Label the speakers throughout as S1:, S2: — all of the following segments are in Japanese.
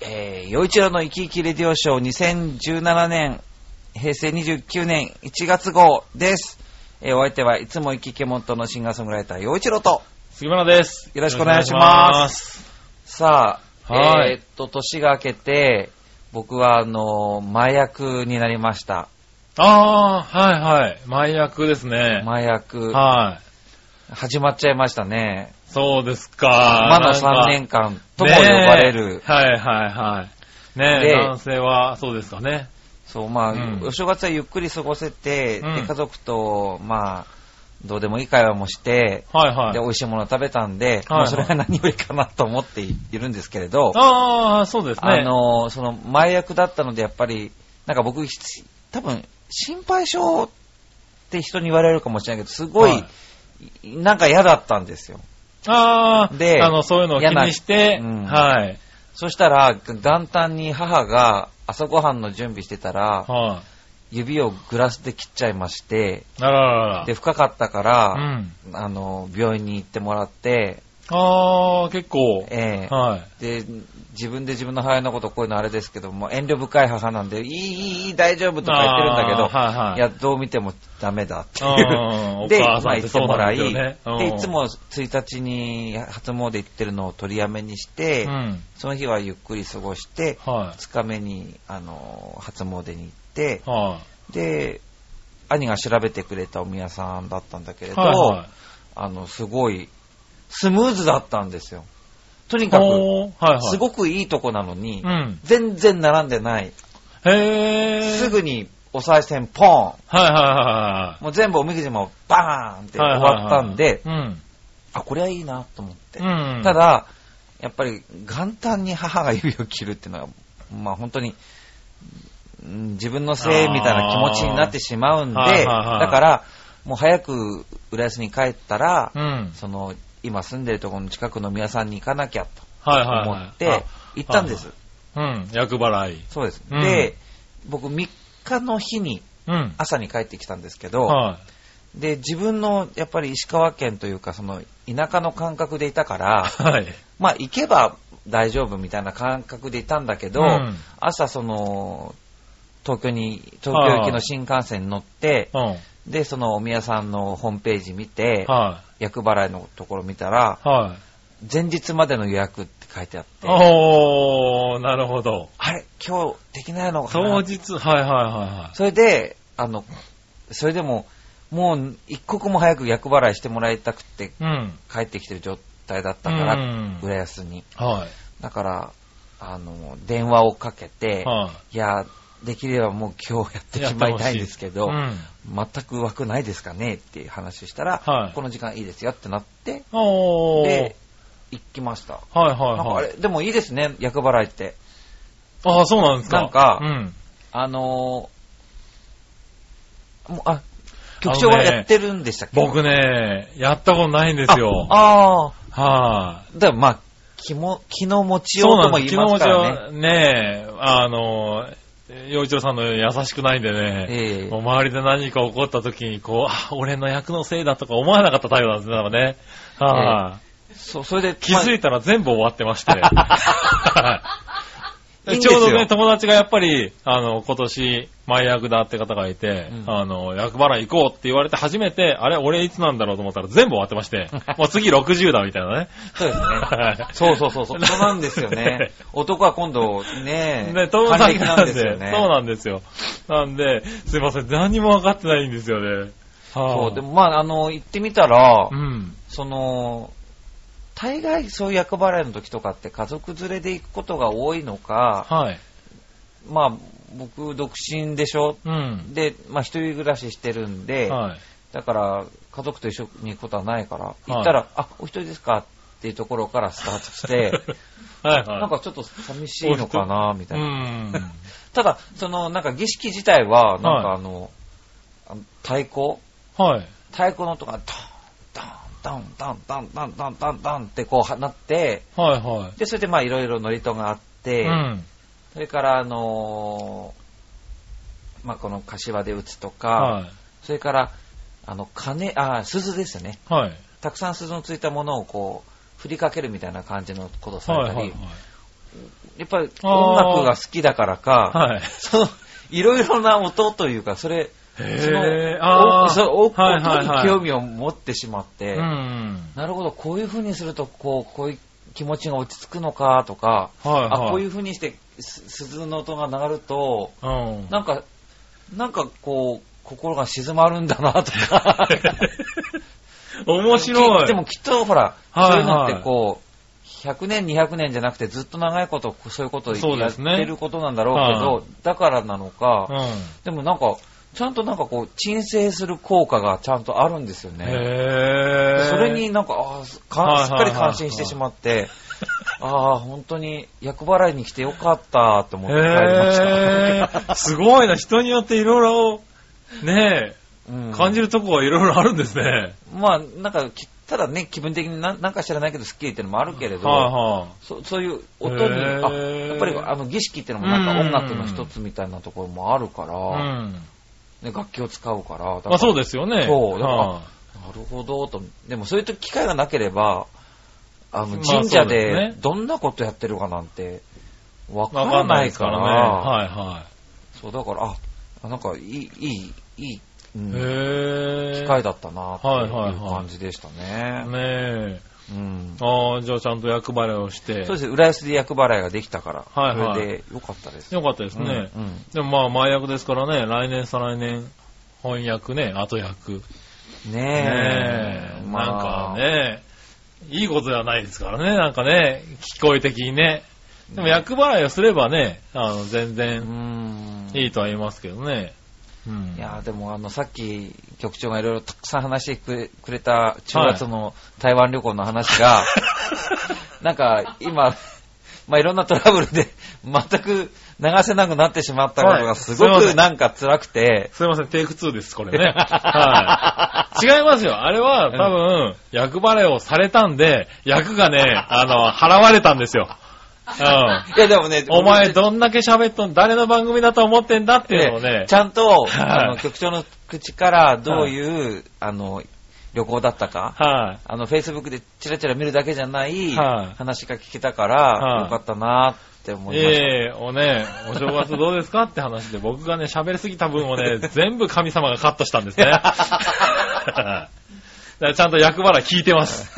S1: えー、洋一郎の生き生きレディオショー2017年、平成29年1月号です。えー、お相手はいつも生き生きモントのシンガーソングライター、洋一郎と。
S2: 杉村です。。
S1: よろしくお願いしますさあ、
S2: はい
S1: えーっと、年が明けて、僕は、あのー、麻薬になりました。
S2: ああ、はいはい。麻薬ですね。
S1: 麻薬、
S2: はい。
S1: 始まっちゃいましたね。
S2: そうですか。
S1: まだ3
S2: なんか
S1: 年間とも呼ばれる
S2: ね。えはいはいはい。ね
S1: で
S2: え、男性は、そうですかね。
S1: そう、まあ、
S2: うん
S1: お正月はゆっくり過ごせて、
S2: うん
S1: で、家族と、まあ、どうでもいい会話もして、
S2: はいは
S1: で、
S2: い。
S1: 美味しいもの食べたんで、まあ
S2: はい
S1: それが何よりかなと思っているんですけれど、
S2: ああ、そうですね。
S1: あの、その、前役だったので、やっぱり、なんか僕、ひ多分、心配性って人に言われるかもしれないけど、すごい、
S2: はい
S1: なんか嫌だったんですよ。
S2: ああ、
S1: で
S2: あの、そういうのを気
S1: 嫌な
S2: にして、
S1: うん
S2: はい。
S1: そしたら、元旦に母が朝ごはんの準備してたら、
S2: は
S1: 指をグラスで切っちゃいまして、
S2: い。あらららら
S1: で、。深かったから、
S2: うん。
S1: あの、病院に行ってもらって、
S2: ああ、結構。
S1: ええ
S2: はい。
S1: で、自分で自分の母親のことこういうのあれですけども、遠慮深い母なんで、いい、いい、いい、大丈夫とか言ってるんだけど、
S2: あーはいはい
S1: いや、どう見てもダメだってい
S2: あ
S1: う。
S2: ー
S1: で、
S2: お母さ
S1: まあ
S2: ん
S1: 行っ
S2: って
S1: て
S2: そう
S1: も
S2: な
S1: ら
S2: んで
S1: い、
S2: すよね
S1: で、
S2: うん
S1: いつも1日に初詣行ってるのを取りやめにして、
S2: うん。
S1: その日はゆっくり過ごして、
S2: は
S1: 2日目に、あの、初詣に行って
S2: い。、は
S1: で、兄が調べてくれたお宮さんだったんだけ
S2: い。
S1: れど、
S2: はいはい。
S1: あの、すごい、スムーズだったんですよ。とにかく、
S2: おーはいはい。
S1: すごくいいとこなのに
S2: う、ん。
S1: 全然並んでない。
S2: へー。
S1: すぐにお賽銭ポ
S2: はいはいは
S1: ンもう全部おみくじもバーンって
S2: いはい。
S1: 終わったんで、
S2: はいはいはい
S1: あ、これはいいなと思って。
S2: うん。うん。
S1: た、だ、やっぱり元旦に母が指を切るっていうのは、まあ本当に、うん自分のせいみたいな気持ちになってしまうんで、
S2: あーはいはいはい
S1: だから、もう早く浦安に帰ったら、
S2: うん。
S1: その、今住んでるところの近くの宮さんに行かなきゃと
S2: はいはい
S1: 思
S2: はい。
S1: って、行ったんです。
S2: あ。うん。役払い。
S1: そうです。
S2: うん
S1: で、僕3日の日に、
S2: うん。
S1: 朝に帰ってきたんですけど、
S2: は
S1: で、自分のやっぱり石川県というか、その田舎の感覚でいたか
S2: い。
S1: ら、
S2: はい。
S1: まあ行けば大丈夫みたいな感覚でいたんだけど、
S2: うん
S1: 朝その、東京に、東京行きの新幹線に乗って、
S2: うん。
S1: で、そのお宮さんのホームページ見て、
S2: は
S1: 役払いのところ見たら、
S2: い。はい。
S1: 前日までの予約って書いてあって、
S2: おー、なるほど。
S1: あれ今日できないのか
S2: 当
S1: な
S2: 日、はいはいは
S1: それで、あの、それでも、もう一刻も早く役払いしてもらいたくて
S2: いはい。うん。
S1: 帰ってきてる状態だったから、
S2: うん
S1: 浦安に。
S2: は
S1: だから、あの、電話をかけて、、
S2: い。はい
S1: や、できればもう今日やって
S2: い。や
S1: し
S2: って
S1: まい
S2: ほした
S1: いんですけど、
S2: うん。
S1: 全く枠ないですかねっていう話をしたら、
S2: はい
S1: この時間いいですよってなって、
S2: おー
S1: で。、行きました。
S2: はい
S1: なんかあ
S2: はいは
S1: れ、
S2: い。
S1: でもいいですね、役払いって。
S2: ああ、そうなんですか。
S1: なんか
S2: うん。
S1: あのーもう、あ、局長はやってるんでしたっけ、
S2: 僕ね、やったことないんですよ。はい、
S1: ああー、だからまあ、気も、気の持ちようとも言いますからね。
S2: 昨日ね、ねえ、あの、洋一郎さんの優しくないんでね、
S1: ええ
S2: もう周りで何か起こった時に、こう、あ、俺の役のせいだとか思わなかったタイプなんですね、だからね。はい、
S1: そう、それで、
S2: 気づ
S1: ま
S2: いたら全部終わってまして。はい
S1: いいんです
S2: ちょ
S1: よ
S2: うどね、友達がやっぱり、あの、今年、前役だって方がいて、
S1: うん
S2: あの、役払い行こうって言われて初めて、あれ、俺いつなんだろうと思ったら全部終わってま して、もう次60だみたいなね。
S1: あそうですね。
S2: はい
S1: そうそうそうそう、 そうなんですよね。男は今度ね、
S2: ね、友達
S1: 還
S2: なん
S1: 暦で
S2: で、
S1: す
S2: そう
S1: よね。
S2: なんですよ。なんで、すいません、何も分かってないんですよね。は
S1: そ
S2: あ、
S1: うでもまあ、あの、行ってみたら、
S2: うん。
S1: その、大概そういう役払いの時とかって家族連れで行くことが多いのか、
S2: はい。
S1: まあ、僕独身でしょ
S2: うん。
S1: で、まあ一人暮らししてるんで、
S2: はい。
S1: だから家族と一緒に行くことはないから、
S2: い
S1: 行ったら、あ、お一人ですかっていうところからスタート して、
S2: はいはい。
S1: なんかちょっと寂しいのかな、みた
S2: う
S1: いな。
S2: ん。
S1: ただ、その、なんか儀式自体は、なんか
S2: は
S1: あの、あの太鼓
S2: はい。
S1: 太鼓の音が、ダーン、ダーン、ダーン、ダーン、ダーン、ダーン、ダーン、ダーンってこうなって、
S2: はいは
S1: で、それでまあいろいろノリとがあっ
S2: い。
S1: て、
S2: うん。
S1: それからあのーまあこの柏で打つとか、
S2: は
S1: それから、あの、鐘、あ、鈴ですよね。
S2: い。はい。
S1: たくさん鈴のついたものをこう、振りかけるみたいな感じのことをされ
S2: は
S1: た
S2: い
S1: り、
S2: はいはい。
S1: やっぱり
S2: あー
S1: 音楽が好きだからか、
S2: はい。
S1: その、いろいろな音というか、それ、その
S2: へー、あ
S1: お
S2: ー
S1: そのお音
S2: はいはい
S1: に
S2: はい
S1: 興味を持ってしまって、
S2: うん。
S1: なるほど、こういう風にすると、こう、こういう気持ちが落ち着くのかとか、
S2: はい、はい。。
S1: あ、こういうう風にして、す鈴の音が流ると、
S2: うん。
S1: なんか、なんかこう、心が静まるんだなと か。
S2: 面白い。
S1: きでもきっとほら、
S2: はいはい
S1: そういうのってこう、100年、200年じゃなくてずっと長いことそういうことを
S2: そう
S1: や
S2: で
S1: っ
S2: すね
S1: てることなんだろうけど、だからなのか、
S2: う
S1: でもなんか、ちゃんとなんかこう、鎮静する効果がちゃんとあるんですよ
S2: ん。
S1: ね。
S2: へー。
S1: それになんか、あー
S2: はいはいは
S1: か
S2: い
S1: すっかり感心してしまって、ああ、本当に役払いに来てよかったと思って帰りま
S2: へ
S1: した。
S2: ー。すごいな、人によっていろいろ、ね
S1: うん
S2: え、感じるとこはいろいろあるんですね。
S1: まあ、なんかき、ただね、気分的にななんか知らないけど、スッキリってのもあるけれど、
S2: は
S1: そそういう音に、
S2: へ
S1: あ
S2: ー
S1: やっぱりあの儀式ってのもなんか音楽の一つみたいなところもあるか
S2: いはい。う
S1: ら、
S2: ん。
S1: ね、楽器を使うから、だから
S2: まあそうですよね。
S1: そうだから
S2: は
S1: なるほどと、でもそういう機会がなければ、あ
S2: ま
S1: の
S2: あ
S1: 神社
S2: そうです
S1: で
S2: ね
S1: どんなことやってるかなんてわ
S2: いわ
S1: から
S2: かんな
S1: ないい
S2: です
S1: か
S2: から
S1: ら、
S2: ね。はいは
S1: そうだから、ああ、なんかいい、いい、いい、う
S2: い。
S1: ん
S2: へー。
S1: 機会だったなって
S2: はいはいいうはい
S1: 感じでしたね。
S2: ねえ。
S1: うん
S2: ああ、じゃあちゃんと役払いをして。
S1: そうです、浦安で厄払いができたから、
S2: はいはい
S1: それで良かったです。
S2: よかったですね。
S1: うんうん
S2: でもまあ、前役ですからね、来年、再来年、翻訳ね、後役。
S1: ね
S2: ね
S1: え。
S2: え、
S1: ま
S2: な
S1: あ
S2: んか。ね、いいことではないですからね、なんかね、聞こえ的にね。でも役払いをすればね、あの、全
S1: うー
S2: 然
S1: ん。
S2: いいとは言いますけどね。うん。
S1: いやーでもあの、さっき局長がいろいろたくさん話してくれくれた中月の台湾旅行の話 が、なんか今、まあいろんなトラブルで全く流せなくなってしまったこと
S2: は
S1: が
S2: い
S1: すご
S2: すいませ
S1: く
S2: ん
S1: なんか辛くて、
S2: すいません、テイク2です、これね。はい。違いますよ。あれは、多分、役払いをされたんで、役がね、あの、払われたんですよ。 うん。
S1: いやでもね、
S2: お前どんだけ喋っとん、誰の番組だと思ってんだっていうのを
S1: で
S2: ね
S1: ち。ゃんと、
S2: はい
S1: あの、局長の口からどういう、あの、旅行だったか、
S2: は
S1: あの、Facebook でチラチラ見るだけじゃない
S2: はい
S1: 話が聞けたから、
S2: はい
S1: よかったなって思
S2: い。
S1: いました。
S2: ええおね、お正月どうですかって話で、僕がね、喋りすぎた分をね、全部神様がカットしたんですね。 だからちゃんと役払い聞いてます。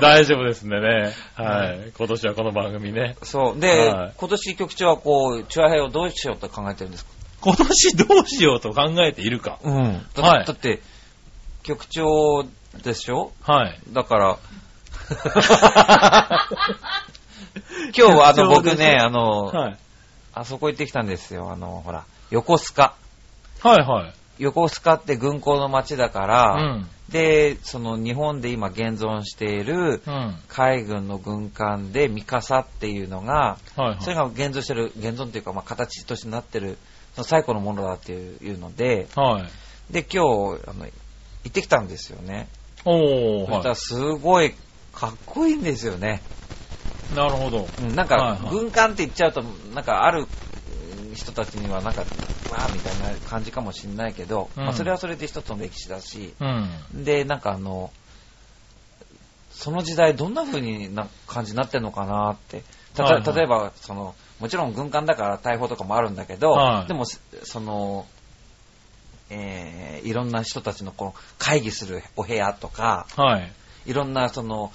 S2: 大丈夫ですんでね。はい。今年はこの番組ね。
S1: そう。で、
S2: はい
S1: 今年局長はこう、チュアヘイをどうしようと考えてるんですか
S2: 今年どうしようと考えているか。
S1: うん。だ,、
S2: はい
S1: だって、局長でしょ
S2: はい。
S1: だから、今日はあの
S2: 局長でしょ
S1: 僕ね、あの、
S2: はい。
S1: あそこ行ってきたんですよ。あの、ほら、横須賀。
S2: はいはい。
S1: 横須賀って軍港の街だから、
S2: うん。
S1: で、その日本で今現存している
S2: うん。はい
S1: 海軍の軍艦でミカサっていうのが、
S2: はい。
S1: それが現存してる、現存というか、まあ、形としてなってる、その最古のものだっていういうので、
S2: はい。
S1: で、今日、あの、行ってきたんですよね。
S2: お
S1: そ
S2: ー、
S1: した
S2: は
S1: らすごい、かっこいいんですよね。
S2: い。なるほど。
S1: うん、なん
S2: はい
S1: か
S2: は、い
S1: 軍艦って言っちゃうと、なんか、あるうん人たちには、なんか、わーみたいな感じかもしれないけど、
S2: うん
S1: まあ、それはそれで一つの歴史だし、
S2: うん。
S1: で、なんかあの、その時代どんな風にな感じになってんのかなって。た
S2: はい
S1: と
S2: はい
S1: 例えば、その、もちろん軍艦だから大砲とかもあるんだけど、
S2: はい
S1: でも、すその、えーいろんな人たちのこの会議するお部屋とか、
S2: はい。
S1: いろんなその、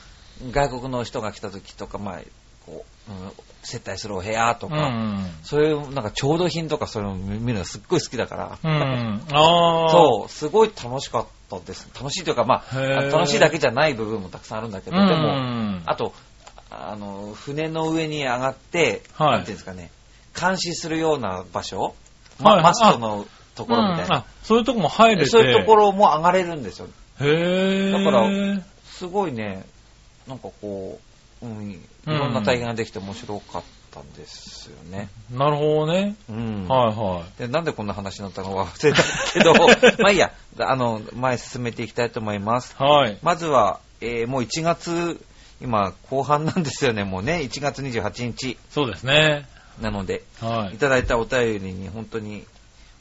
S1: 外国の人が来た時とか、まあ、こう、うん接待するお部屋と
S2: う
S1: か、
S2: ん。
S1: そういう、なんか調度品とかそういうの見るのすっごい好きだから、
S2: うん。 ああ。
S1: そう、すごい楽しかったです。楽しいというか、まあ、
S2: へー
S1: 楽しいだけじゃない部分もたくさんあるんだけど、で
S2: う
S1: も、
S2: ん
S1: あと、あの、船の上に上がって、
S2: はい
S1: なんていうんですかね、監視するような場所、
S2: はい
S1: まマストのところみたい
S2: うん
S1: な、
S2: あ、そういうとこも入れて。
S1: そういうところも上がれるんですよ。
S2: へえ。
S1: だからすごいね、なんかこう、うん、いろんな体験ができて面白かったんですよね。
S2: なるほどね。
S1: うん。
S2: はいはい。
S1: でなんでこんな話になったのか忘れたけ ど、まあいいや、あの、前進めていきたいと思います。
S2: はい。
S1: まずは、えーもう1月、今、後半なんですよね、もうね、1月28日
S2: そうですね。
S1: なので、
S2: はいい。
S1: ただいたお便りに本当に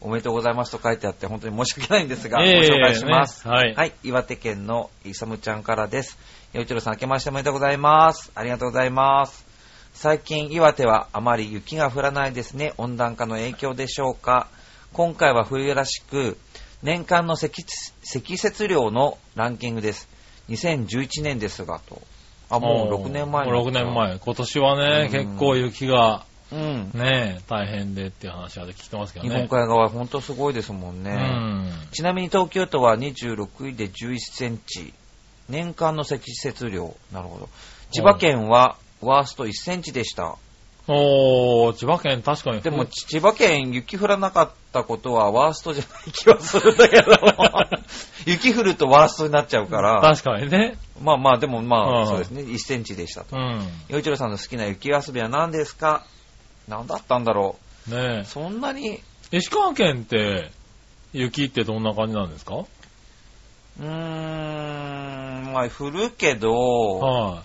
S1: おめでとうございますと書いてあって、本当に申し訳ないんですが、
S2: いえいえいえ
S1: ご紹介します、
S2: ねはい
S1: 岩手県のいさむちゃんからです。よいちろさん、明けましておめでとうございます。ありがとうございます。最近岩手はあまり雪が降らないですね。温暖化の影響でしょうか。今回は冬らしく、年間の積積雪量のランキングです。2011年ですが、と。あ、もう6年前
S2: もう6年。前。今年はね、
S1: うん
S2: 結構雪が
S1: うん。
S2: ね、大変でっていう話は聞いてますけど
S1: 日
S2: ね。
S1: 本海側、ほんとすごいですもんね。
S2: うん。
S1: ちなみに東京都は26位で11センチ。年間の積雪量。なるほど。千葉県はワースト1センチでした。
S2: おー、千葉県確かに。
S1: でも、千葉県雪降らなかったことはワーストじゃない気はするんだけ ど、雪降るとワーストになっちゃうから、
S2: 確かにね。
S1: まあまあ、でもまあ、
S2: うん
S1: そうですね、1センチでしたと
S2: う。ん。
S1: 洋一郎さんの好きな雪遊びは何ですか何だったんだろ
S2: ね
S1: う。そんなに、
S2: え。石川県って、雪ってどんな感じなんですか
S1: うーん、まあ、降るけど、
S2: は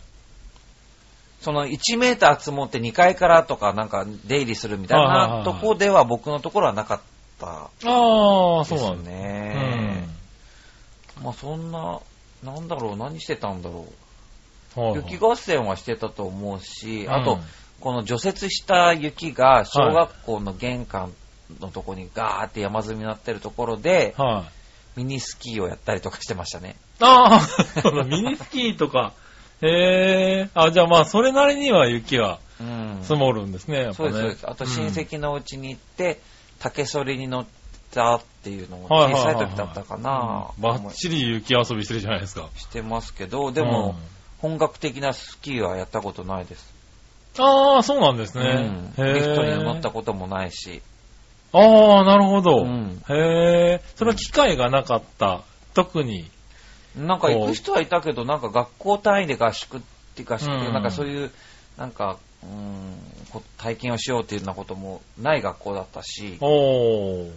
S1: その1メーター積もって2階からとかなんか出入りするみたい
S2: はいはいはいは
S1: ないとこでは僕のところはなかった
S2: い。あー、そう
S1: で
S2: なん
S1: す
S2: ですね。
S1: ね。まあそんな、なんだろう、何してたんだろ
S2: うん。は
S1: う。
S2: い
S1: 雪合戦はしてたと思うし、あ
S2: う
S1: と
S2: ん、
S1: この除雪した雪が小学校の玄関のとこにガーって山積みになってるところで、
S2: はい。
S1: ミニスキーをやったりとかしてましたね。
S2: あ ー、そうだ、ミニスキーとか。へー。あ、じゃあまあ、それなりには雪が
S1: うん。
S2: 積もるんですね、やっぱ
S1: そう
S2: ね。
S1: です、そうです。あと親
S2: うん
S1: 戚の家に行って、竹そりに乗ったっていうのも
S2: は
S1: 小
S2: いはいは
S1: さ
S2: い
S1: い
S2: はい
S1: 時だったか
S2: バ
S1: な、思
S2: ッ
S1: い
S2: チリ雪遊びしてるじゃないですか。
S1: してますけど、でも、
S2: うん
S1: 本格的なスキーはやったことないです。
S2: ああ、そうなんです
S1: う
S2: ね。
S1: ん。
S2: へえ。
S1: リフトに乗ったこともないし。
S2: ああ、なるほど。
S1: うん
S2: へえ。それは機会がなかった。特に。
S1: なんか行く人はいたけど、なんか学校単位で合宿って合宿っていう
S2: うん
S1: なんかそういう、なんか、うん、こ体験をしようっていうようなこともない学校だったし、
S2: おー。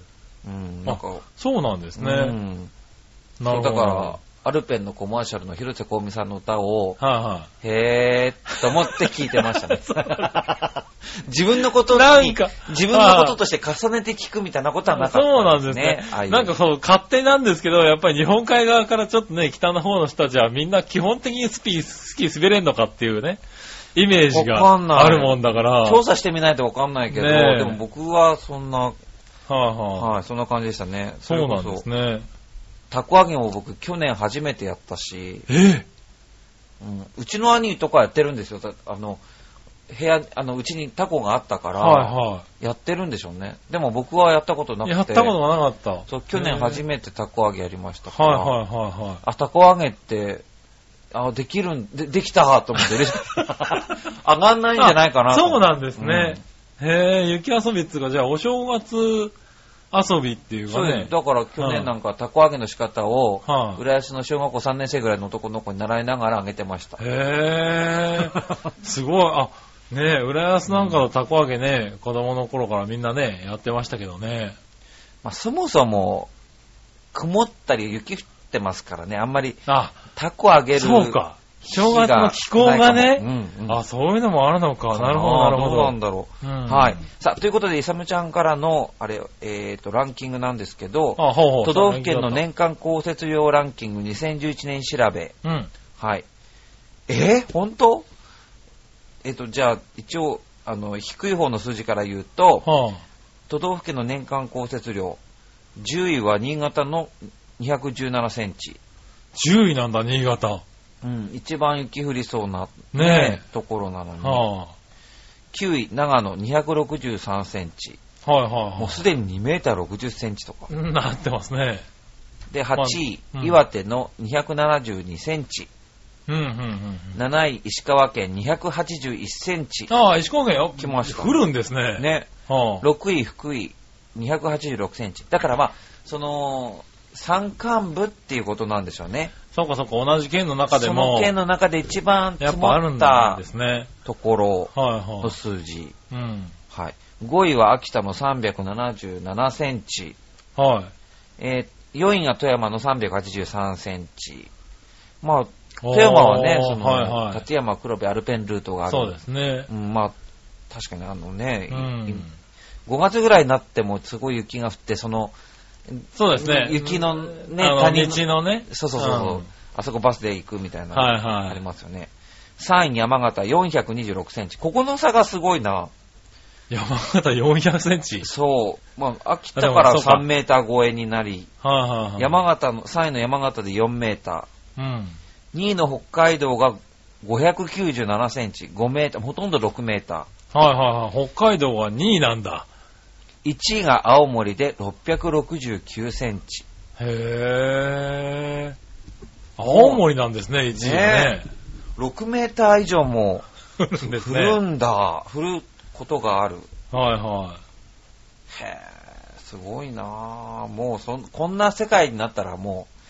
S1: うん、なんか、
S2: そうなんですね。
S1: うん、
S2: なるほど。
S1: だから、アルペンのコマーシャルの広瀬香美さんの歌を、
S2: は
S1: へーっと思って聞いてま したね。
S2: いは
S1: 自分のこと
S2: な
S1: に
S2: んか、。
S1: 自分のこととして重ねて聞くみたいなことはないかった、
S2: そうなんですね。
S1: ああいう
S2: なんかそう、勝手なんですけど、やっぱり日本海側からちょっとね、北の方の人たちはみんな基本的にスピー、スキー滑れんのかっていうね、イメージ
S1: わかんない
S2: があるもんだから。
S1: 調査してみないとわかんないけど、
S2: ねえ
S1: でも僕はそんな、
S2: はいはい。
S1: はい、そんな感じでしたね。そ
S2: そ
S1: れ
S2: うな
S1: こ
S2: んです
S1: そ、
S2: ね。
S1: たこ揚げも僕去年初めてやったし、
S2: え
S1: うん、うちの兄とかやってるんですよ。たあの、部屋、あの、うちにタコがあったから、
S2: はいはい。
S1: やってるんでしょうね。でも僕はやったことなくて。
S2: やったことがなかった。
S1: そう、去年初めてたこ揚げやりました
S2: は
S1: か
S2: い
S1: ら。
S2: はいはいはい。
S1: あ、たこ揚げって、あ、できるん、で、できたと思 って嬉しかった。上がんないんじゃないかな
S2: あ
S1: と
S2: そうなんですね。へえ、雪遊びっていうか、じゃあお正月遊びっていう
S1: そ
S2: か
S1: う
S2: ね
S1: です。。だから去年なんかたこ揚げの仕方を
S2: は、い
S1: 浦安の小学校3年生ぐらいの男の子に習いながら揚げてました。
S2: へえ、すごい。あ、ねえ、浦安なんかのたこ揚げね、子供の頃からみんなね、やってましたけどね。
S1: まあ、そもそも、曇ったり雪降ってますからね、あんまり
S2: あ、
S1: たこ揚げる日が
S2: そうか。正月の気候が
S1: う
S2: ね。
S1: んうん
S2: あ、そういうのもあるのか。なるほど、なるほ
S1: どうなん
S2: ど。
S1: だろう。
S2: うん
S1: はい。さあ、ということで、イサムちゃんからの、あれ、えっ、と、ランキングなんですけど、
S2: あ、ほうほう。
S1: 都道府県の。年間降雪量ランキング2011年調べ。
S2: うん。
S1: はい。えー、本当えっ、と、じゃあ、一応、あの、低い方の数字から言うと、
S2: は
S1: 都道府県の年間降雪量、10位は新潟の217センチ。
S2: あ、10位なんだ、新潟。
S1: うん、一番雪降りそうな、
S2: ね
S1: ところなのに。
S2: え。は
S1: 9位、長野263センチ。
S2: あ。はいはいはい
S1: もう。すでに2メーター60センチとか。
S2: うんなってますね。
S1: で、8位、
S2: まあうん
S1: 岩手の272センチ。
S2: うん、うん、うん。
S1: 7位、石川県281センチ。
S2: ああ、石川県よ。
S1: 来ました
S2: 降るんですね。。
S1: ね。
S2: はあ、
S1: 6位、福井286センチ。だからまあ、その、山間部っていうことなんでしょうね。
S2: そうかそうか、同じ県の中で
S1: その
S2: も、
S1: 県の中で一番
S2: や
S1: 積
S2: っぱあ
S1: も
S2: る
S1: っ
S2: ん
S1: た
S2: ですね。
S1: ところ
S2: はい
S1: の
S2: は
S1: 数字。
S2: い。うん。
S1: はい。5位は秋田の377センチ。
S2: はい。
S1: えー4位が富山の383センチ。まあ、富山はね、
S2: おー
S1: その、
S2: はいはい。
S1: 立山黒部アルペンルートがある。
S2: そうですね。
S1: うんまあ、確かにあのね、
S2: うん。
S1: 5月ぐらいになってもすごい雪が降って、その、
S2: そうですね。
S1: 雪のね
S2: あの
S1: 谷の
S2: 道のね。
S1: そうそうそうそう、
S2: ん
S1: あそこバスで行くみたいな、
S2: はいはい
S1: ありますよね。 3位山形426センチ。ここの差がすごいな。
S2: 山形400センチ。
S1: そう。まあ、秋田から
S2: でもそうか
S1: 3メーター超えになり、
S2: はいはいはい。
S1: 山形の、3位の山形で4メータ
S2: うん。
S1: ー、2位の北海道が597センチ、5メーター、ほとんど6メータ
S2: はいはいはい。北海道は2位なんだ。
S1: ー。1位が青森で669センチ。
S2: へぇー。青森なんですね、1位ね。
S1: 6メーター以上も
S2: 降るん です
S1: 降
S2: ね。
S1: る
S2: はい
S1: んだ。降ることがある。
S2: は
S1: へぇ、すごいなぁ。もうそん、こんな世界になったらもう、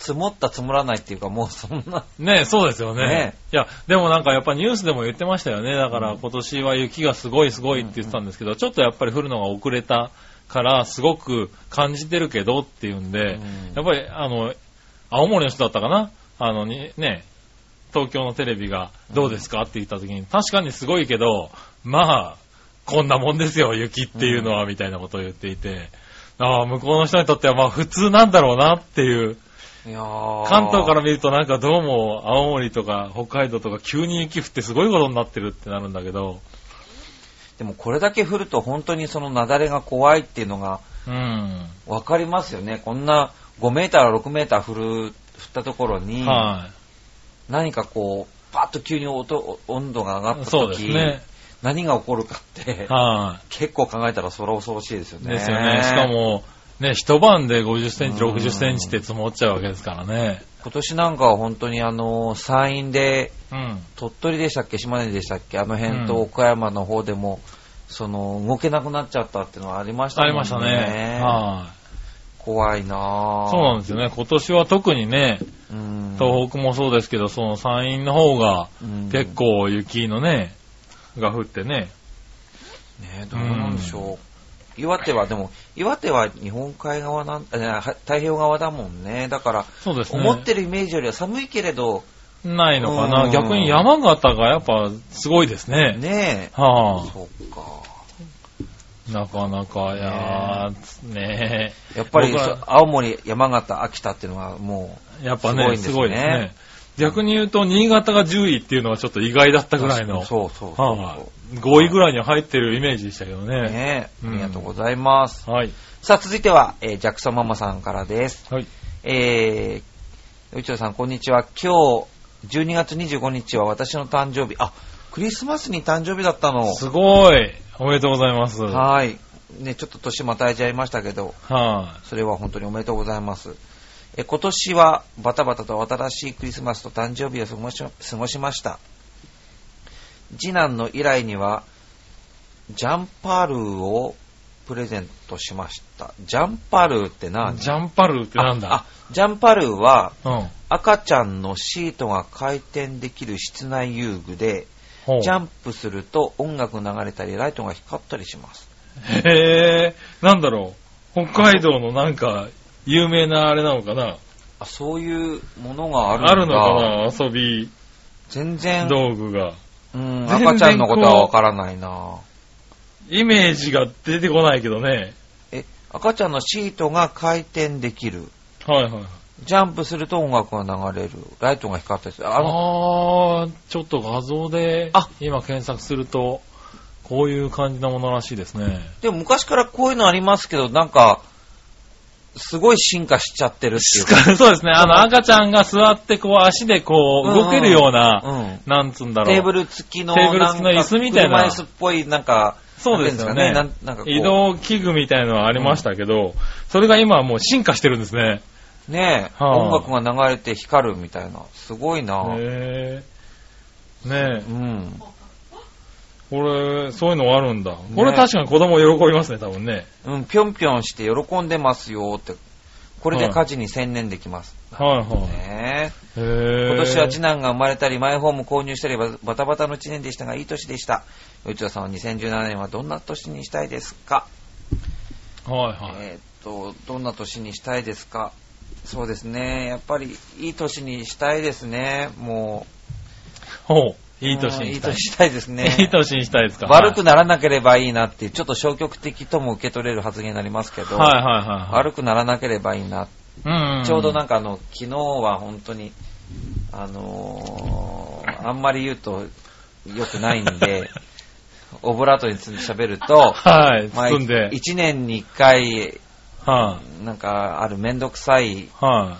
S1: 積もった積もらないっていうか、もうそんな、
S2: い。ねそうですよね
S1: ね
S2: いや、でもなんかやっぱニュースでも言ってましたよね。だから今年は雪がすごいすごいって言ってたんですけど、ちょっとやっぱり降るのが遅れたから、すごく感じてるけどっていうんで、
S1: うん
S2: やっぱりあの、青森の人だったかなあのに、ね、東京のテレビがどうですかって言った時に、確かにすごいけど、まあ、こんなもんですよ、雪っていうのは、みたいなことを言っていて、ああ、向こうの人にとってはまあ普通なんだろうなっていう、
S1: いやー
S2: 関東から見るとなんかどうも青森とか北海道とか急に雪降ってすごいことになってるってなるんだけど、
S1: でもこれだけ降ると本当にその雪崩が怖いっていうのが
S2: うん。
S1: 分かりますよね。こんな5メーター、6メーター降る、降ったところに、
S2: は
S1: 何かこう、パッと急に音温度が上がっ
S2: い。
S1: た
S2: そう
S1: 時
S2: ですね。
S1: 何が起こるかって、
S2: は
S1: 結構考えたらそれは恐ろしいですよ
S2: い。
S1: ね。
S2: ですよね。しか。も、ね、一晩で50センチ、60センチって積もっちゃうわけですからね。
S1: 今年なんかは本当にあの、山陰で、
S2: うん。
S1: 鳥取でしたっけ島根でしたっけあの辺
S2: う
S1: と
S2: ん
S1: 岡山の方でも、その、動けなくなっちゃったっていうのはありました
S2: あ
S1: もん
S2: り
S1: ね。
S2: ましたね。はい。
S1: 怖いなぁ。
S2: そうなんですよね。今年は特にね、
S1: うん
S2: 東北もそうですけど、その山陰の方が
S1: うん
S2: 結構雪のね、が降ってね。
S1: ねどうなんでしょう。岩手は、でも、岩手は日本海側なん、あいやは太平洋側だもんね。だから、
S2: そうですね。
S1: 思ってるイメージよりは寒いけれど、
S2: ないのか
S1: う
S2: な。
S1: ん
S2: 逆に山形がやっぱすごいですね。
S1: ねえ。
S2: はあ、
S1: そっか。
S2: なかなか、いやーつね
S1: やっぱり、
S2: 僕は
S1: そう青森、山形、秋田っていうのはも
S2: えやっぱね、
S1: す
S2: す
S1: ご
S2: ご
S1: いん
S2: い
S1: で
S2: ですす
S1: ね
S2: ね。逆に言うと、新潟が10位っていうのはちょっと意外だっ
S1: う、
S2: たぐらいの、
S1: そうそうそうそう
S2: はい5位ぐらいには入ってるイメージでしたけどね。
S1: ねえ、
S2: う
S1: あ
S2: ん
S1: りがとうございます。
S2: はい。
S1: さあ、続いては、えージャクソンママさんからです。
S2: はい。
S1: えー、宇宙さん、こんにちは。今日、12月25日は私の誕生日。あ、クリスマスに誕生日だったの。
S2: すごい。おめでとうございます。は
S1: はーい。ね、ちょっと年またいちゃいましたけど、
S2: い。
S1: それは本当におめでとうございます。え今年はバタバタと新しいクリスマスと誕生日を過ごし過ごしました。次男の以来には、ジャンパールーをプレゼントしました。ジャンパールーって何
S2: ジャンパルーってなん
S1: あ
S2: だ、
S1: あジャンパールーは
S2: うん。
S1: 赤ちゃんのシートが回転できる室内遊具で、
S2: ほう
S1: ジャンプすると音楽流れたりライトが光ったりします。
S2: へぇー、なんだろう。北海道のなんか、有名なあれなのかな
S1: あそういうものがあるんだ
S2: あるのかな遊び
S1: 全然、
S2: 道具が。
S1: うん、
S2: 全然
S1: 赤ちゃんのことはわからないな
S2: イメージが出てこないけどね。
S1: え、赤ちゃんのシートが回転できる。
S2: はいはい。
S1: ジャンプすると音楽が流れる。ライトが光ったりする。あの、
S2: あー、ちょっと画像で
S1: あ、
S2: 今検索すると、こういう感じのものらしいですね。
S1: でも昔からこういうのありますけど、なんか、すごい進化しちゃってるっていうか。
S2: そうですね。あの、赤ちゃんが座って、こう、足でこう、
S1: うん
S2: 動けるよう
S1: う
S2: な、
S1: ん。
S2: なんつうんだろう。
S1: テーブル付きの、
S2: テーブル付きの椅子みたいな
S1: なんか車椅子っぽい、なんか、
S2: そうですよね
S1: なんていうんですかねなんなんかこう
S2: 移動器具みたいのはありましたけど、それが今はもう進化してるんですね。
S1: ねえ、
S2: はあ
S1: 音楽が流れて光るみたいな。すごいな
S2: へ
S1: う
S2: ー。ねえ、
S1: ん。
S2: これ、そういうのあるんだ。これ確かに子供喜びますね、多分ね。
S1: うん、ぴょんぴょんして喜んでますよって。これで家事に専念できます。
S2: はいはい。
S1: ねえ
S2: へー
S1: 今年は次男が生まれたり、マイホーム購入したり、ババタバタの1年でしたが、いい年でした。内田さんは2017年はどんな年にしたいですか、
S2: はいはい。
S1: えーっと、どんな年にしたいですかそうですね。やっぱり、いい年にしたいですね。も
S2: ほう。
S1: う。
S2: いい年にし
S1: う
S2: た
S1: ん
S2: い
S1: いい年。したいですね。
S2: いい年にしたいですか。
S1: 悪くならなければいいなっていう、ちょっと消極的とも受け取れる発言になりますけど、
S2: はいはい
S1: 悪くならなければいいなって
S2: はい。うん。
S1: ちょうどなん
S2: か、
S1: んかあの、昨日は本当に、あのーあんまり言うと良くないん で、オブラートに包んで喋ると、
S2: はい、
S1: まあ
S2: 包んで。
S1: 一年に一回、
S2: は
S1: なんか、あるめんどくさい、
S2: い、は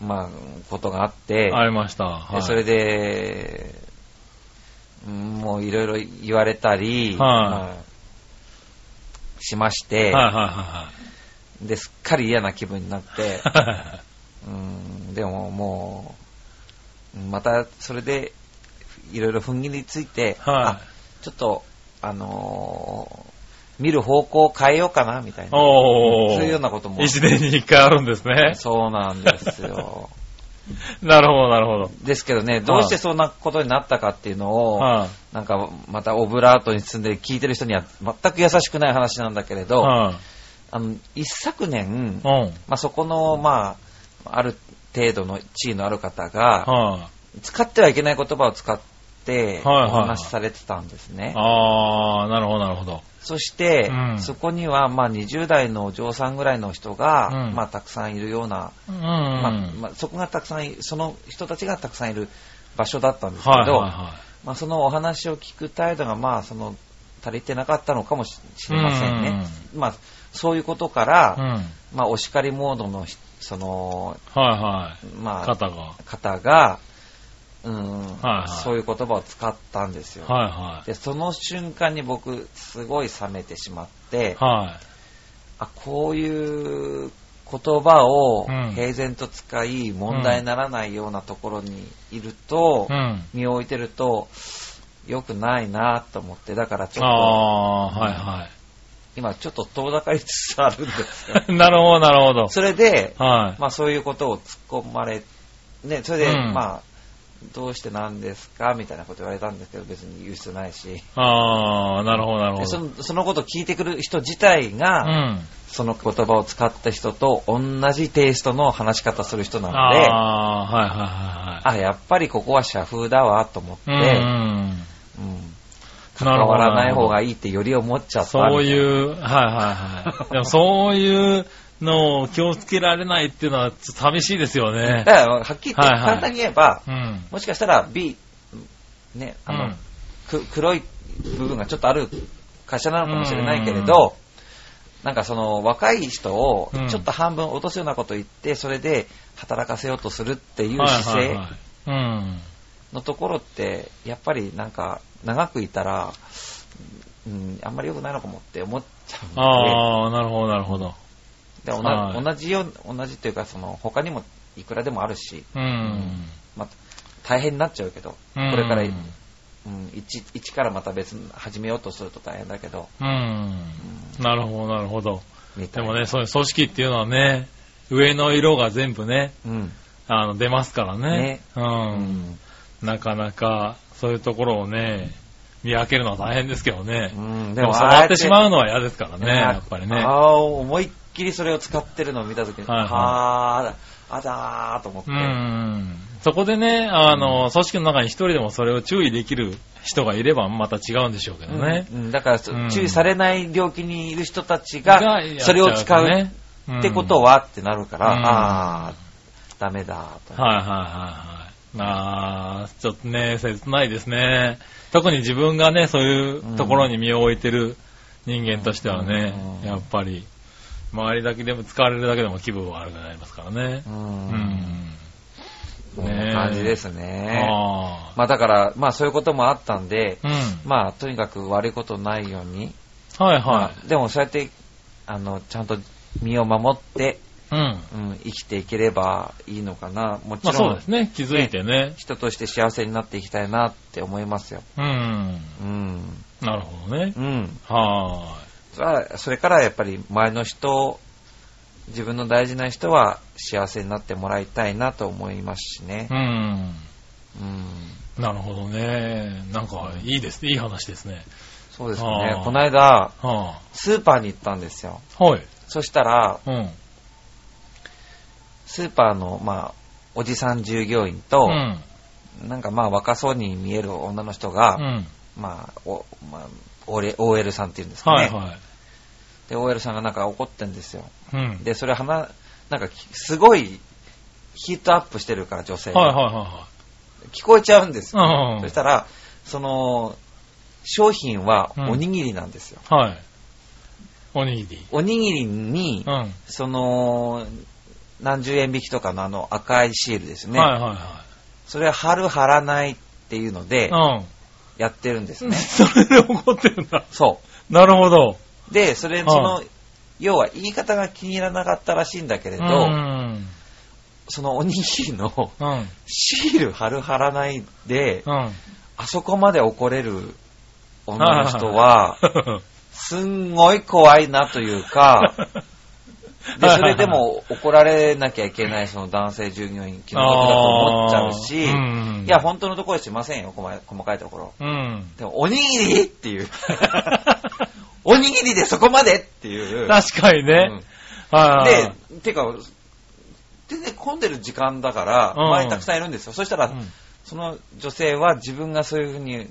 S1: まあ、ことがあっ
S2: い、
S1: て、
S2: ありました。はい。
S1: でそれで、うんもういろいろ言われたり、
S2: はい
S1: まあしまして、
S2: はいは
S1: で、すっかり嫌な気分になって
S2: い、はいはい。
S1: うん、でももう、またそれで、いろいろ踏ん切りついて、
S2: は
S1: あちょっと、あのー見る方向を変えようかな、みたい
S2: い。
S1: な。
S2: おー。
S1: そういうようなことも。
S2: 一年に一回あるんですね。
S1: そうなんです よ。
S2: なるほど、なるほど。
S1: ですけどね、どうしてそんなことになったかっていうのを、
S2: は
S1: なんか、またオブラートに包んで聞いてる人には全く優しくない話なんだけれ
S2: い。
S1: ど、
S2: はい。
S1: あの、一昨年
S2: う、ん。
S1: まあ、そこの、まあ、ある程度の地位のある方が、
S2: は
S1: 使ってはいけない言葉を使って、お
S2: はいはいはい
S1: 話しされてたんです
S2: い。
S1: ね。
S2: あー、なるほど、なるほど。
S1: そして、
S2: うん
S1: そこには、まあ、20代のお嬢さんぐらいの人が、
S2: うん
S1: まあ、たくさんいるような、
S2: うん。
S1: まあまあ、そこがたくさんい、その人たちがたくさんいる場所だったんですけど、
S2: はい、は
S1: まあ、そのお話を聞く態度が、まあ、その足りてなかったのかもししれませんね、まあ、そういうことか
S2: い、はい。う
S1: ら、
S2: ん。
S1: まあ、お叱りモードのひその、
S2: はい、はい。
S1: まあ、
S2: 肩が。はい、
S1: 方が、うん
S2: はい
S1: そういう言葉を使ったんですよ、
S2: は
S1: でその瞬間に僕すごい冷めてしまって
S2: い。はい。
S1: あこういう言葉を
S2: うん
S1: 平然と使い問題にならないようなところにいると、
S2: うん。
S1: 身を置いてると良くないなと思ってだからちょっと
S2: あー、はい、はい。
S1: 今ちょっと遠ざかりつつあるんです よ
S2: なるほど、なるほど。
S1: それで、
S2: はい。
S1: まあ、そういうことを突っ込まれねそれで、
S2: うん
S1: まあどうしてなんですかみたいなこと言われたんですけど別に言う必要ないし
S2: あー、なるほど、なる
S1: で
S2: ほど。
S1: そのそのことを聞いてくる人自体
S2: う
S1: が、
S2: ん。
S1: その言葉を使った人と同じテイストの話し方する人なので、あ
S2: あー、はい、はい、はい。
S1: やっぱりここは社風だわと思って、
S2: うんうん。
S1: うん
S2: な
S1: 関
S2: るほど
S1: わらない方がいいってより思っちゃった。
S2: そういうう、はいはいはい。で もそういうのを気をつけられないっていうのはちょっと寂しいですよ
S1: だ
S2: ね
S1: か。ら、はっきり言って、
S2: はいはい
S1: 簡単に言えば、
S2: うん。
S1: もしかしたら B、ね、あの、
S2: うん
S1: く黒い部分がちょっとある会社なのかもしれないけれど、なんかその若い人を
S2: うん
S1: ちょっと半分落とすようなこと言って、それで働かせようとするっていう
S2: はい
S1: 姿
S2: はい
S1: 勢
S2: はい。うん。
S1: のところって、やっぱりなんか、長くいたら、うん、あんまり良くないのかもって思っちゃうん
S2: ああ、なるほど、なるほど。
S1: で、で同
S2: は
S1: じ
S2: い
S1: 同じよう、同じというか、その、他にもいくらでもあるし、
S2: うん。
S1: まあ、大変になっちゃうけど、こ
S2: うん
S1: れから、う
S2: うんん。、
S1: 一一からまた別に始めようとすると大変だけど、
S2: なるほど、なるほど。
S1: みた
S2: で
S1: いな
S2: もね、そういう組織っていうのはね、上の色が全部ね、
S1: うん。
S2: あの、出ますからね。う。
S1: うんん。
S2: なかなか、そういうところをね、見分けるのは大変ですけどね。
S1: うん
S2: でも、触ってしま
S1: う
S2: うのは嫌ですからね、やっぱりね。
S1: ああ、思いっきりそれを使ってるのを見たときに、
S2: はいはい
S1: ああ、あだーと思って。
S2: うん。そこでね、あの、組織の中に一人でもそれを注意できる人がいればまた違うんでしょうけどね。
S1: うんうんだからそ、
S2: うん
S1: 注意されない領域にいる人たちが、それを使うっ
S2: うん
S1: てことはってなるから、
S2: うん
S1: ああ、ダメだと。
S2: はいはいはいはい。まあ、ちょっとね、切ないですね。特に自分がね、そういうところに身を置いてる人間としてはね、
S1: うん
S2: やっぱり、周りだけでも使われるだけでも気分悪くなりますからね
S1: う。。
S2: うんん。
S1: そんな感じですね。
S2: あ
S1: まあだから、まあそういうこともあったんで、
S2: あ。うん。
S1: まあとにかく悪いことないように、
S2: はい
S1: ま
S2: は
S1: あでもそうやって、あの、ちゃんと身を守って、
S2: い。うん。
S1: うん、生きていければいいのかな。もち
S2: まあそ
S1: ろ
S2: うんで、すね、気づいてね。
S1: 人として幸せになっていきたいなって思いますよ。
S2: うん。
S1: うん。
S2: なるほどね
S1: う。ん。
S2: は
S1: それはそれからやっぱり前の人、自分の大事な人は幸せになってもらいたいなと思いますしね
S2: ーい。う。ん。
S1: うん。
S2: なるほどね。なんか、いいですね。いい話ですね。
S1: そうですね
S2: あ。ー
S1: この間、
S2: は
S1: スーパーに行ったんですよ。
S2: あ。はい。
S1: そしたら、
S2: うん。
S1: スーパーの、まあ、おじさん従業員
S2: う
S1: と、
S2: ん。
S1: なんかまあ若そうに見える女の人が、
S2: うん。
S1: まあ、お、まあ、OL OL さんっていうんですかね。
S2: はいは
S1: で、OL さんがなんか怒ってんですよ。
S2: い。うん。
S1: で、それ話、なんかき、すごい、ヒートアップしてるから、女性が。
S2: はいはいは
S1: 聞こえちゃうんです
S2: う
S1: よ。
S2: ん
S1: そし。たら、その、商品は
S2: うん
S1: おにぎりなんですよ。
S2: はい。おにぎり。
S1: おにぎりに
S2: う、ん。はい
S1: その、何十円引きとかのあの赤いシールですね。
S2: はいは
S1: それ貼る貼らないっていうの
S2: い。
S1: で、
S2: うん。
S1: やってるんですね。
S2: それで怒ってるんだ。
S1: そ
S2: なるほど。
S1: う。で、それ、その、要は言い方が気に入らなかったらしいんだけれ
S2: う
S1: ど、
S2: ん。
S1: そのおにぎりの
S2: うん。
S1: シール貼る貼らないで、
S2: うん。
S1: あそこまで怒れる女の人は、すんごい怖いなというか、 で、それでも怒られなきゃいけないその男性従業員、気の毒だと思っちゃうし、
S2: あーうん
S1: いや、本当のところしませんよ、細か細かいところ。
S2: うん。
S1: でも、おにぎりって いう。おにぎりでそこまでっていう。
S2: 確かに
S1: う
S2: ね
S1: ん。
S2: はい。
S1: で、てか、全然混んでる時間だから、
S2: うん
S1: 周りにたくさんいるんですよ。そしたら、
S2: うん
S1: その女性は自分がそういうふうに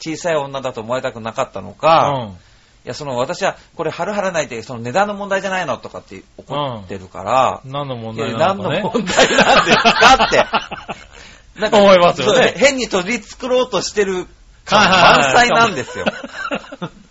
S1: 小さい女だと思われたくなかったの
S2: う
S1: か、い
S2: ん。
S1: や、その私はこれ、はるはらないで、その値段の問題じゃないのとかって怒ってるから、
S2: 何の問
S1: いや
S2: 題な
S1: 何
S2: のか
S1: の
S2: ね。
S1: 問題なんですかっ て。なんか
S2: 思いますよね
S1: そう変に取り繕ろうとしてる感満載なんですよ。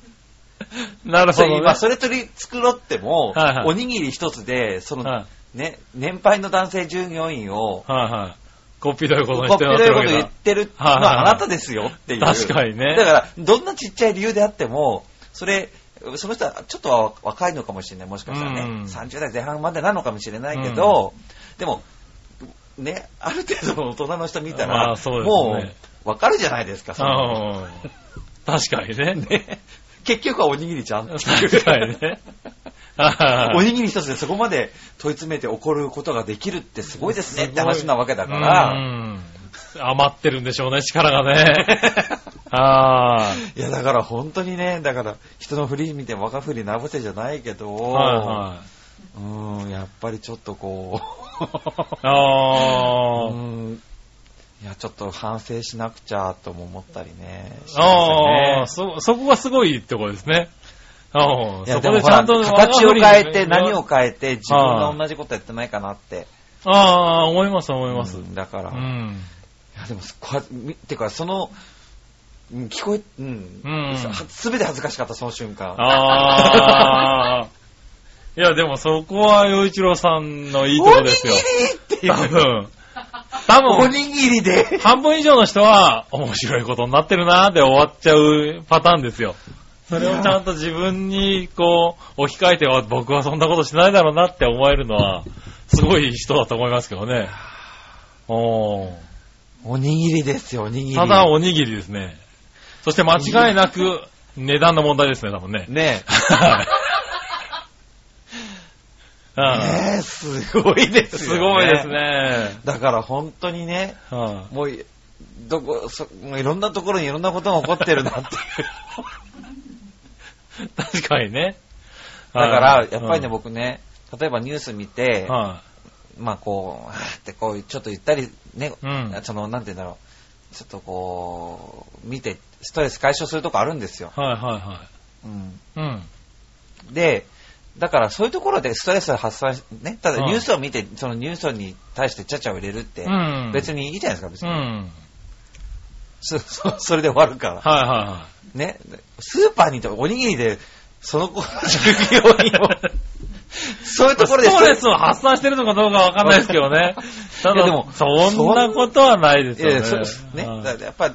S2: なるほ
S1: そ
S2: ど
S1: う
S2: ね。
S1: 今、それ取り繕っても
S2: はいはい、
S1: おにぎり一つで、そ
S2: は
S1: の、ね、年配の男性従業員を、
S2: いはいはい。こっぴどいこと
S1: こ
S2: にし
S1: ってぴ
S2: や
S1: ど
S2: って
S1: い
S2: る
S1: こ
S2: わ
S1: と
S2: け
S1: 言っ
S2: だ。
S1: てるの
S2: はいはい
S1: はあなたですよっていう。
S2: 確かにね
S1: だから、どんなちっちゃい理由であっても、それ、その人はちょっとは若いのかもしれない、もしかしたらね、
S2: うん
S1: 30代前半までなのかもしれないけど、でも、ね、ある程度の大人の人見た
S2: ま
S1: ら、
S2: あそうです
S1: も
S2: ね
S1: う、わかるじゃないですか、その
S2: うん確かにね。
S1: ね 結局はおにぎりじゃんっていう
S2: 確かにね。はい
S1: お
S2: はい
S1: にぎり一つでそこまで問い詰めて怒ることができるってすごいですねって話なわけだか
S2: う
S1: ら、
S2: ん余ってるんでしょうね、力が ね。あー
S1: いやだから本当にね、だから人の振り見て若振りなぼせじゃないけど、
S2: はいは
S1: うーん、やっぱりちょっとこ
S2: い。
S1: う、う
S2: あー
S1: ーん、いやちょっと反省しなくちゃとも思ったりね、し
S2: あー、
S1: ますよね
S2: そ、そこがすごいってことですね。あー
S1: いや
S2: そ
S1: でも
S2: こで
S1: ほ
S2: ちゃ
S1: ら
S2: んと
S1: 形を変えて何を
S2: あ
S1: 変えて自分が同じことやってないかなって
S2: あー、思います思います。う
S1: うんだから、
S2: ん。
S1: いやでもそこはみてかそのうん聞こえうん、
S2: うん
S1: すべて恥ずかしかったその瞬間
S2: ああ。 いや、でもそこは洋一郎さんのいいとこですよ。
S1: おにぎりってい
S2: 多
S1: う
S2: 分。多
S1: お
S2: 分、
S1: にぎりで
S2: 半分以上の人は、面白いことになってるなーで終わっちゃうパターンですよ。それをちゃんと自分に、こう、置き換えては、僕はそんなことしないだろうなって思えるのは、すごい人だと思いますけどね。おー
S1: おにぎりですよおにぎり
S2: ただ、おにぎりですね。そして間違いなく、値段の問題ですね、多 分ね。
S1: ねえ
S2: はい
S1: ねえすごいですよ、
S2: すごいですね。
S1: だから本当にね
S2: は
S1: もういどこそもういろんなところにいろんなことが起こってるなっていう
S2: い確かにね。
S1: だからやっぱりね、
S2: うん、
S1: 僕ね例えばニュース見て、
S2: は
S1: まあこう、 あーってこう、ちょっとゆったりね、
S2: うん
S1: その、なんて言うんだろう、ちょっとこう、見て、ストレス解消するとこあるんですよ。
S2: い、はいは
S1: うん
S2: いはい。うん。
S1: で、だからそういうところでストレス発散し、ね、ただ
S2: うん
S1: ニュースを見て、そのニュースに対してちゃちゃを入れるって、
S2: うん
S1: 別にいいじゃないですか、別
S2: う
S1: に。
S2: ん。
S1: そ そそれで終わるから。
S2: はいは
S1: ね、スーパーにいておにぎりで、その子の従業員を、 そういう
S2: いは
S1: とこ
S2: い。
S1: ろ
S2: ス
S1: で
S2: トレスを発散してるのかどうかわかんないですけどね。た
S1: い
S2: だ、
S1: やで
S2: でも
S1: も、
S2: そんなことはないです
S1: いやい
S2: よ
S1: や、
S2: ね。
S1: そうですね。
S2: はい
S1: だからやっぱ、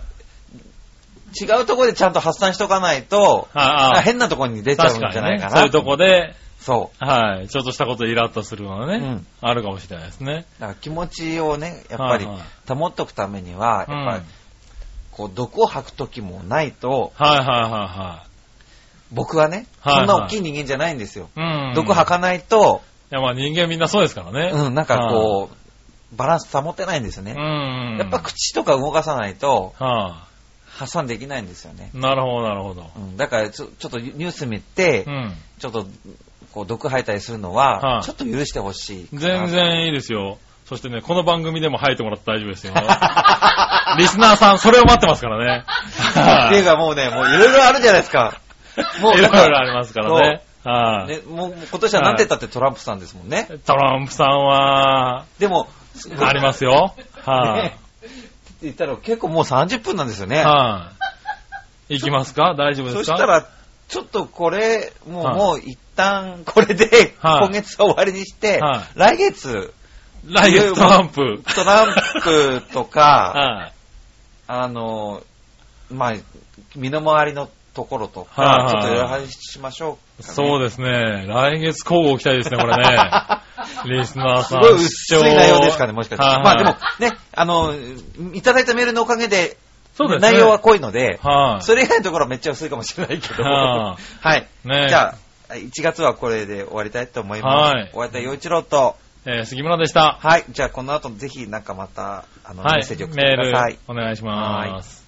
S1: 違うところでちゃんと発散しとかないと、
S2: ああ
S1: 変なところに出ちゃうん
S2: 確
S1: じ
S2: か
S1: ゃな
S2: に
S1: い
S2: ね
S1: か。な。
S2: そういうとこで、
S1: そう
S2: はい。ちょっとしたことでイラッとするのはね、
S1: うん
S2: あるかもしれないですね。
S1: だから気持ちをね、やっぱり
S2: はいは
S1: 保っとくためには、やっぱり
S2: うん、
S1: こう、毒を吐く時もないと、
S2: はいはいは
S1: 僕はね、
S2: はいはい
S1: そんな大きい人間じゃないんですよ。
S2: いはい。うん。
S1: 毒吐かないと、
S2: いやまあ人間みんなそうですからね。
S1: うん、なんかこう、バランス保てないんですよ
S2: う
S1: ね。
S2: ん。
S1: やっぱ口とか動かさないと、
S2: は
S1: 発散できないんですよね。
S2: い。なるほどなるほど。
S1: うん、だからちょ、ちょっとニュース見て、
S2: うん。
S1: ちょっと、こう、毒吐いたりするの
S2: は
S1: は、
S2: い
S1: ちょっと許してほしい。
S2: 全。然いいですよ。そしてね、この番組でも入ってもらって大丈夫 ですよ。リスナーさん、それを待ってますからね。
S1: って いうかもうね、もういろいろあるじゃないです か。もう
S2: い
S1: だ
S2: ろい
S1: から
S2: ろありますからね。はい
S1: ね、もう今年は何て言ったってトランプさんですもんね。
S2: トランプさんは、
S1: でも、
S2: ありますよ。はい
S1: ね言ったら結構もう30分なんですよね。
S2: はい。行きますか大丈夫です
S1: そ
S2: か
S1: した、ら、ちょっとこれ、もう、
S2: はい
S1: もう一旦これで、
S2: はい
S1: 今月は終わりにして、
S2: は
S1: 来月、
S2: 来月トランプ。
S1: トランプとか、
S2: はい。
S1: あの、まあ、身の回りのところとか、
S2: はいはい
S1: ちょっといろいろ話しましょうかね、
S2: そうですね。来月交互期待ですね、これね。 リスナー
S1: す
S2: さん。
S1: ごい薄い内容ですかね、もしかしたら。
S2: はい
S1: ま
S2: はい
S1: あでも、ね、あの、いただいたメールのおかげで、
S2: そうですね。
S1: 内容は濃いので、
S2: はい。
S1: それ以外のところはめっちゃ薄いかもしれないけど、
S2: は
S1: はいい。
S2: ねえ
S1: じゃあ、1月はこれで終わりたいと思います。
S2: はい
S1: 終わりたい陽一郎と、
S2: えー杉村でした。
S1: はい。じゃあ、この後ぜひなんかまた、あの、
S2: は
S1: メッ
S2: い
S1: セージを。送って
S2: メー
S1: ください
S2: ル。、お願いします。